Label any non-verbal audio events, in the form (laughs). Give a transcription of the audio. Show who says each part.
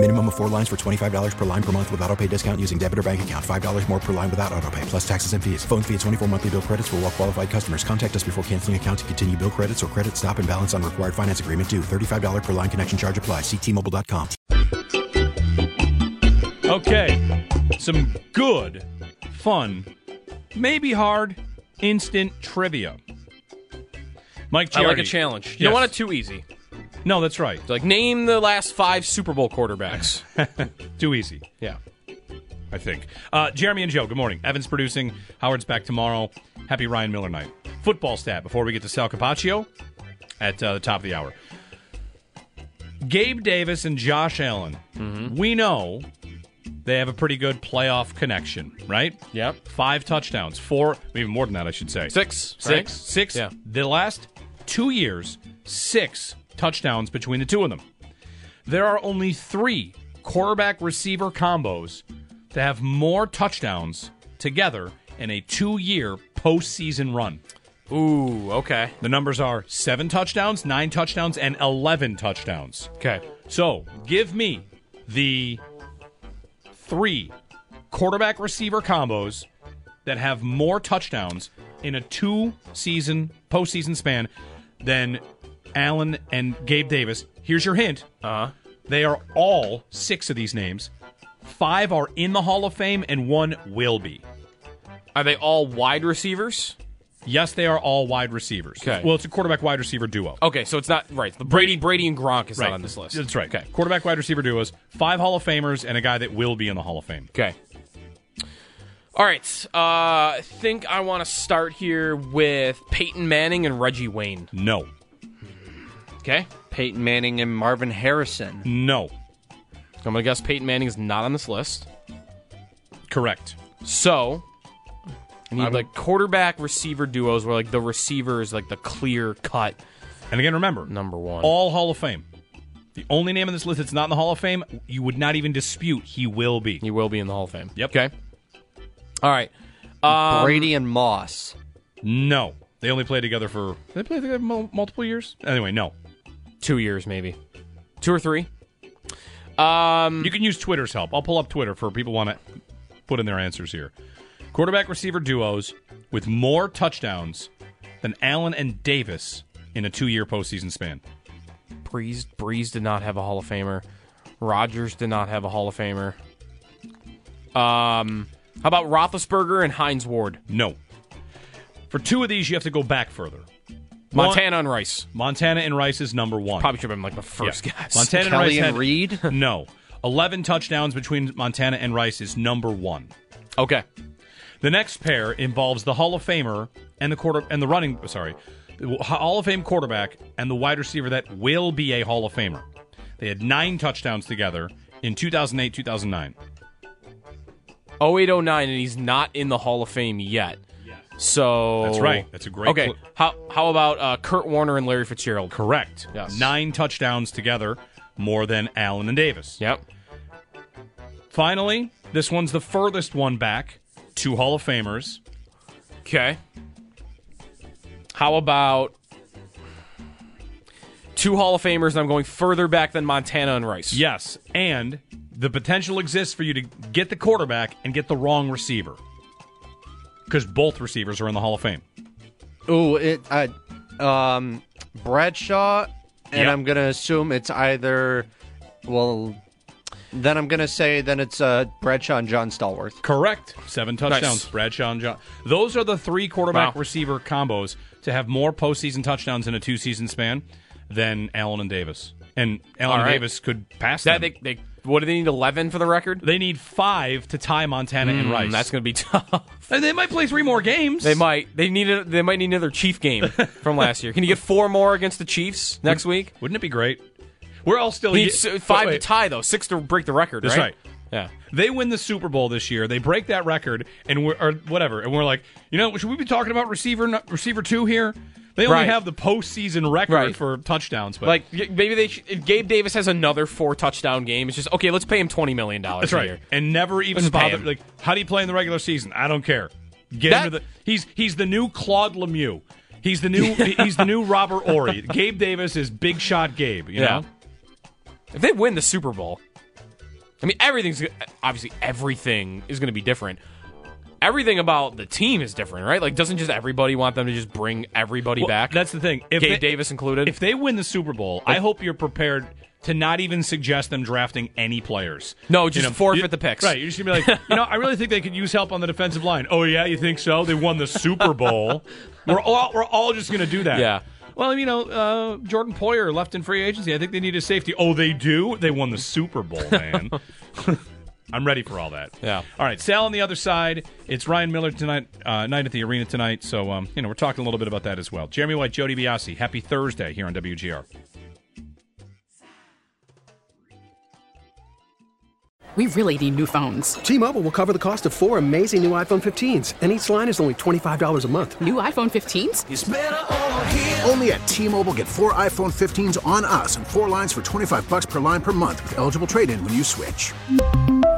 Speaker 1: Minimum of four lines for $25 per line per month with auto pay discount using debit or bank account. $5 more per line without auto pay, plus taxes and fees. Phone fee at 24 monthly bill credits for all well qualified customers. Contact us before canceling account to continue bill credits or credit stop and balance on required finance agreement due. $35 per line connection charge apply. Ctmobile.com.
Speaker 2: Okay. Some good, fun, maybe hard, instant trivia. Mike
Speaker 3: I
Speaker 2: Giardi.
Speaker 3: like a challenge. You
Speaker 2: Yes.
Speaker 3: don't want it too easy.
Speaker 2: No, that's right.
Speaker 3: Like name the last five Super Bowl quarterbacks.
Speaker 2: Too easy.
Speaker 3: yeah.
Speaker 2: I think. Uh, Jeremy and Joe, good morning. Evan's producing. Howard's back tomorrow. Happy Ryan Miller night. Football stat before we get to Sal Capaccio at uh, the top of the hour. Gabe Davis and Josh Allen. We know they have a pretty good playoff connection, right?
Speaker 3: Yep.
Speaker 2: Five touchdowns, four, even more than that, I should say.
Speaker 3: Six.
Speaker 2: Six.
Speaker 3: right?
Speaker 2: Six.
Speaker 3: Yeah.
Speaker 2: The last two years, six touchdowns between the two of them. There are only three quarterback receiver combos that have more touchdowns together in a two year postseason run.
Speaker 3: Ooh. Okay.
Speaker 2: The numbers are seven touchdowns, nine touchdowns, and 11 touchdowns.
Speaker 3: Okay.
Speaker 2: So give me the three quarterback receiver combos that have more touchdowns in a two season postseason span than Allen and Gabe Davis. Here's your hint. Uh-huh. They are all six of these names. Five are in the Hall of Fame and one will be.
Speaker 3: Are they all wide receivers?
Speaker 2: Yes, they are all wide receivers.
Speaker 3: Okay.
Speaker 2: Well, it's a quarterback wide receiver duo.
Speaker 3: Okay, so it's not right. The Brady, Brady, and Gronk is
Speaker 2: right.
Speaker 3: not on this list.
Speaker 2: That's right.
Speaker 3: Okay.
Speaker 2: Quarterback wide receiver duos, five Hall of Famers, and a guy that will be in the Hall of Fame.
Speaker 3: Okay. All right. Uh, I think I want to start here with Peyton Manning and Reggie Wayne.
Speaker 2: No.
Speaker 3: Okay.
Speaker 4: Peyton Manning and Marvin Harrison.
Speaker 2: No.
Speaker 3: I'm gonna guess Peyton Manning is not on this list.
Speaker 2: Correct.
Speaker 3: So I need
Speaker 2: I'm-
Speaker 3: like quarterback receiver duos where like the receiver is like the clear cut
Speaker 2: And again, remember,
Speaker 3: number one.
Speaker 2: all Hall of Fame. The only name on this list that's not in the Hall of Fame, you would not even dispute he will be.
Speaker 3: He will be in the Hall of Fame.
Speaker 2: Yep.
Speaker 3: Okay. All right.
Speaker 4: Brady and Moss.
Speaker 2: No. They only played together for. did They played together mul- multiple years? Anyway, no.
Speaker 3: Two years maybe. Two or three. Um.
Speaker 2: You can use Twitter's help. I'll pull up Twitter for people want to put in their answers here. Quarterback receiver duos with more touchdowns than Allen and Davis in a two year postseason span.
Speaker 3: Breeze Breeze did not have a Hall of Famer. Rogers did not have a Hall of Famer. Um, how about Roethlisberger and Heinz Ward?
Speaker 2: No. For two of these, you have to go back further.
Speaker 3: Montana and Rice
Speaker 2: Montana and Rice is number one. (laughs)
Speaker 3: probably should have been like the first
Speaker 2: Yeah.
Speaker 3: guess.
Speaker 2: Montana and Rice
Speaker 4: Kelly
Speaker 2: had- (laughs)
Speaker 4: and Reed.
Speaker 2: No. 11 touchdowns between Montana and Rice is number 1.
Speaker 3: Okay,
Speaker 2: The next pair involves the Hall of Famer and the quarter and the running sorry, the Hall of Fame quarterback and the wide receiver that will be a Hall of Famer. They had 9 touchdowns together in 2008-2009.
Speaker 3: 0809, and he's not in the Hall of Fame yet. So
Speaker 2: That's right. That's a great
Speaker 3: Okay,
Speaker 2: clue.
Speaker 3: how how about uh, Kurt Warner and Larry Fitzgerald?
Speaker 2: Correct.
Speaker 3: Yes.
Speaker 2: 9 touchdowns together, more than Allen and Davis.
Speaker 3: Yep.
Speaker 2: Finally, this one's the furthest one back. Two Hall of Famers.
Speaker 3: Okay. How about two Hall of Famers? And I'm going further back than Montana and Rice.
Speaker 2: Yes, and the potential exists for you to get the quarterback and get the wrong receiver. Because both receivers are in the Hall of Fame.
Speaker 4: Ooh, it. Uh, um, Bradshaw, and
Speaker 2: Yep.
Speaker 4: I'm gonna assume it's either. Well, then I'm gonna say then it's uh, Bradshaw and John Stallworth.
Speaker 2: Correct. Seven touchdowns.
Speaker 3: Nice.
Speaker 2: Bradshaw and John. Those are the three quarterback
Speaker 3: Wow.
Speaker 2: receiver combos to have more postseason touchdowns in a two season span than Allen and Davis. And Allen
Speaker 3: All
Speaker 2: and
Speaker 3: right.
Speaker 2: Davis could pass
Speaker 3: That
Speaker 2: that.
Speaker 3: they, they what do they need eleven for the record?
Speaker 2: They need five to tie Montana and Rice.
Speaker 3: Mm, that's going to be (laughs) tough.
Speaker 2: And they might play three more games.
Speaker 3: They might they need a, they might need another Chief
Speaker 2: (laughs)
Speaker 3: game from last year. Can you get four more against the Chiefs next week?
Speaker 2: Wouldn't it be great? We're all still
Speaker 3: Needs
Speaker 2: Wait,
Speaker 3: uh, five
Speaker 2: wait.
Speaker 3: to tie though, six to break the record.
Speaker 2: That's
Speaker 3: right.
Speaker 2: right.
Speaker 3: Yeah.
Speaker 2: They win the Super Bowl this year. They break that record, and we're or whatever. And we're like, you know, should we be talking about receiver nu- receiver two here? They only
Speaker 3: Right.
Speaker 2: have the postseason record
Speaker 3: Right.
Speaker 2: for touchdowns, but
Speaker 3: Like y- maybe they sh- if Gabe Davis has another four touchdown game. It's just okay. Let's pay him twenty million dollars.
Speaker 2: that's right.
Speaker 3: Year.
Speaker 2: And never even
Speaker 3: Let's pay
Speaker 2: bother.
Speaker 3: him.
Speaker 2: Like, how do you play in the regular season? I don't care. Get
Speaker 3: That-
Speaker 2: into the. He's he's the new Claude Lemieux. He's the
Speaker 3: (laughs)
Speaker 2: new he's the new Robert Ory. Gabe Davis is big shot Gabe. You
Speaker 3: Yeah.
Speaker 2: know.
Speaker 3: If they win the Super Bowl, I mean, everything's go- obviously everything is going to be different. Everything about the team is different, right? Like, doesn't just everybody want them to just bring everybody
Speaker 2: Well,
Speaker 3: back?
Speaker 2: That's the thing. If
Speaker 3: Gabe
Speaker 2: they-
Speaker 3: Davis included.
Speaker 2: If they win the Super Bowl, I hope you're prepared to not even suggest them drafting any players.
Speaker 3: No, just forfeit
Speaker 2: you-
Speaker 3: the picks.
Speaker 2: Right. You're just gonna be like, you know, I really think they could use help on the defensive line. Oh yeah, you think so? They won the Super
Speaker 3: (laughs)
Speaker 2: Bowl. we're all we're all just gonna do that.
Speaker 3: Yeah.
Speaker 2: Well, you know, uh, Jordan Poyer left in free agency. I think they need a safety. Oh, they do. They won the Super Bowl,
Speaker 3: (laughs)
Speaker 2: man. I'm ready for all that.
Speaker 3: Yeah.
Speaker 2: All right, Sal on the other side. It's Ryan Miller tonight, uh, night at the arena tonight. So, um, you know, we're talking a little bit about that as well. Jeremy White, Jody Biasi, happy Thursday here on WGR.
Speaker 5: We really need new phones.
Speaker 6: T-Mobile will cover the cost of four amazing new iPhone 15s, and each line is only $25 a month.
Speaker 5: New iPhone 15s?
Speaker 7: Only at T-Mobile, get four iPhone 15s on us and four lines for 25 bucks per line per month with eligible trade-in when you switch.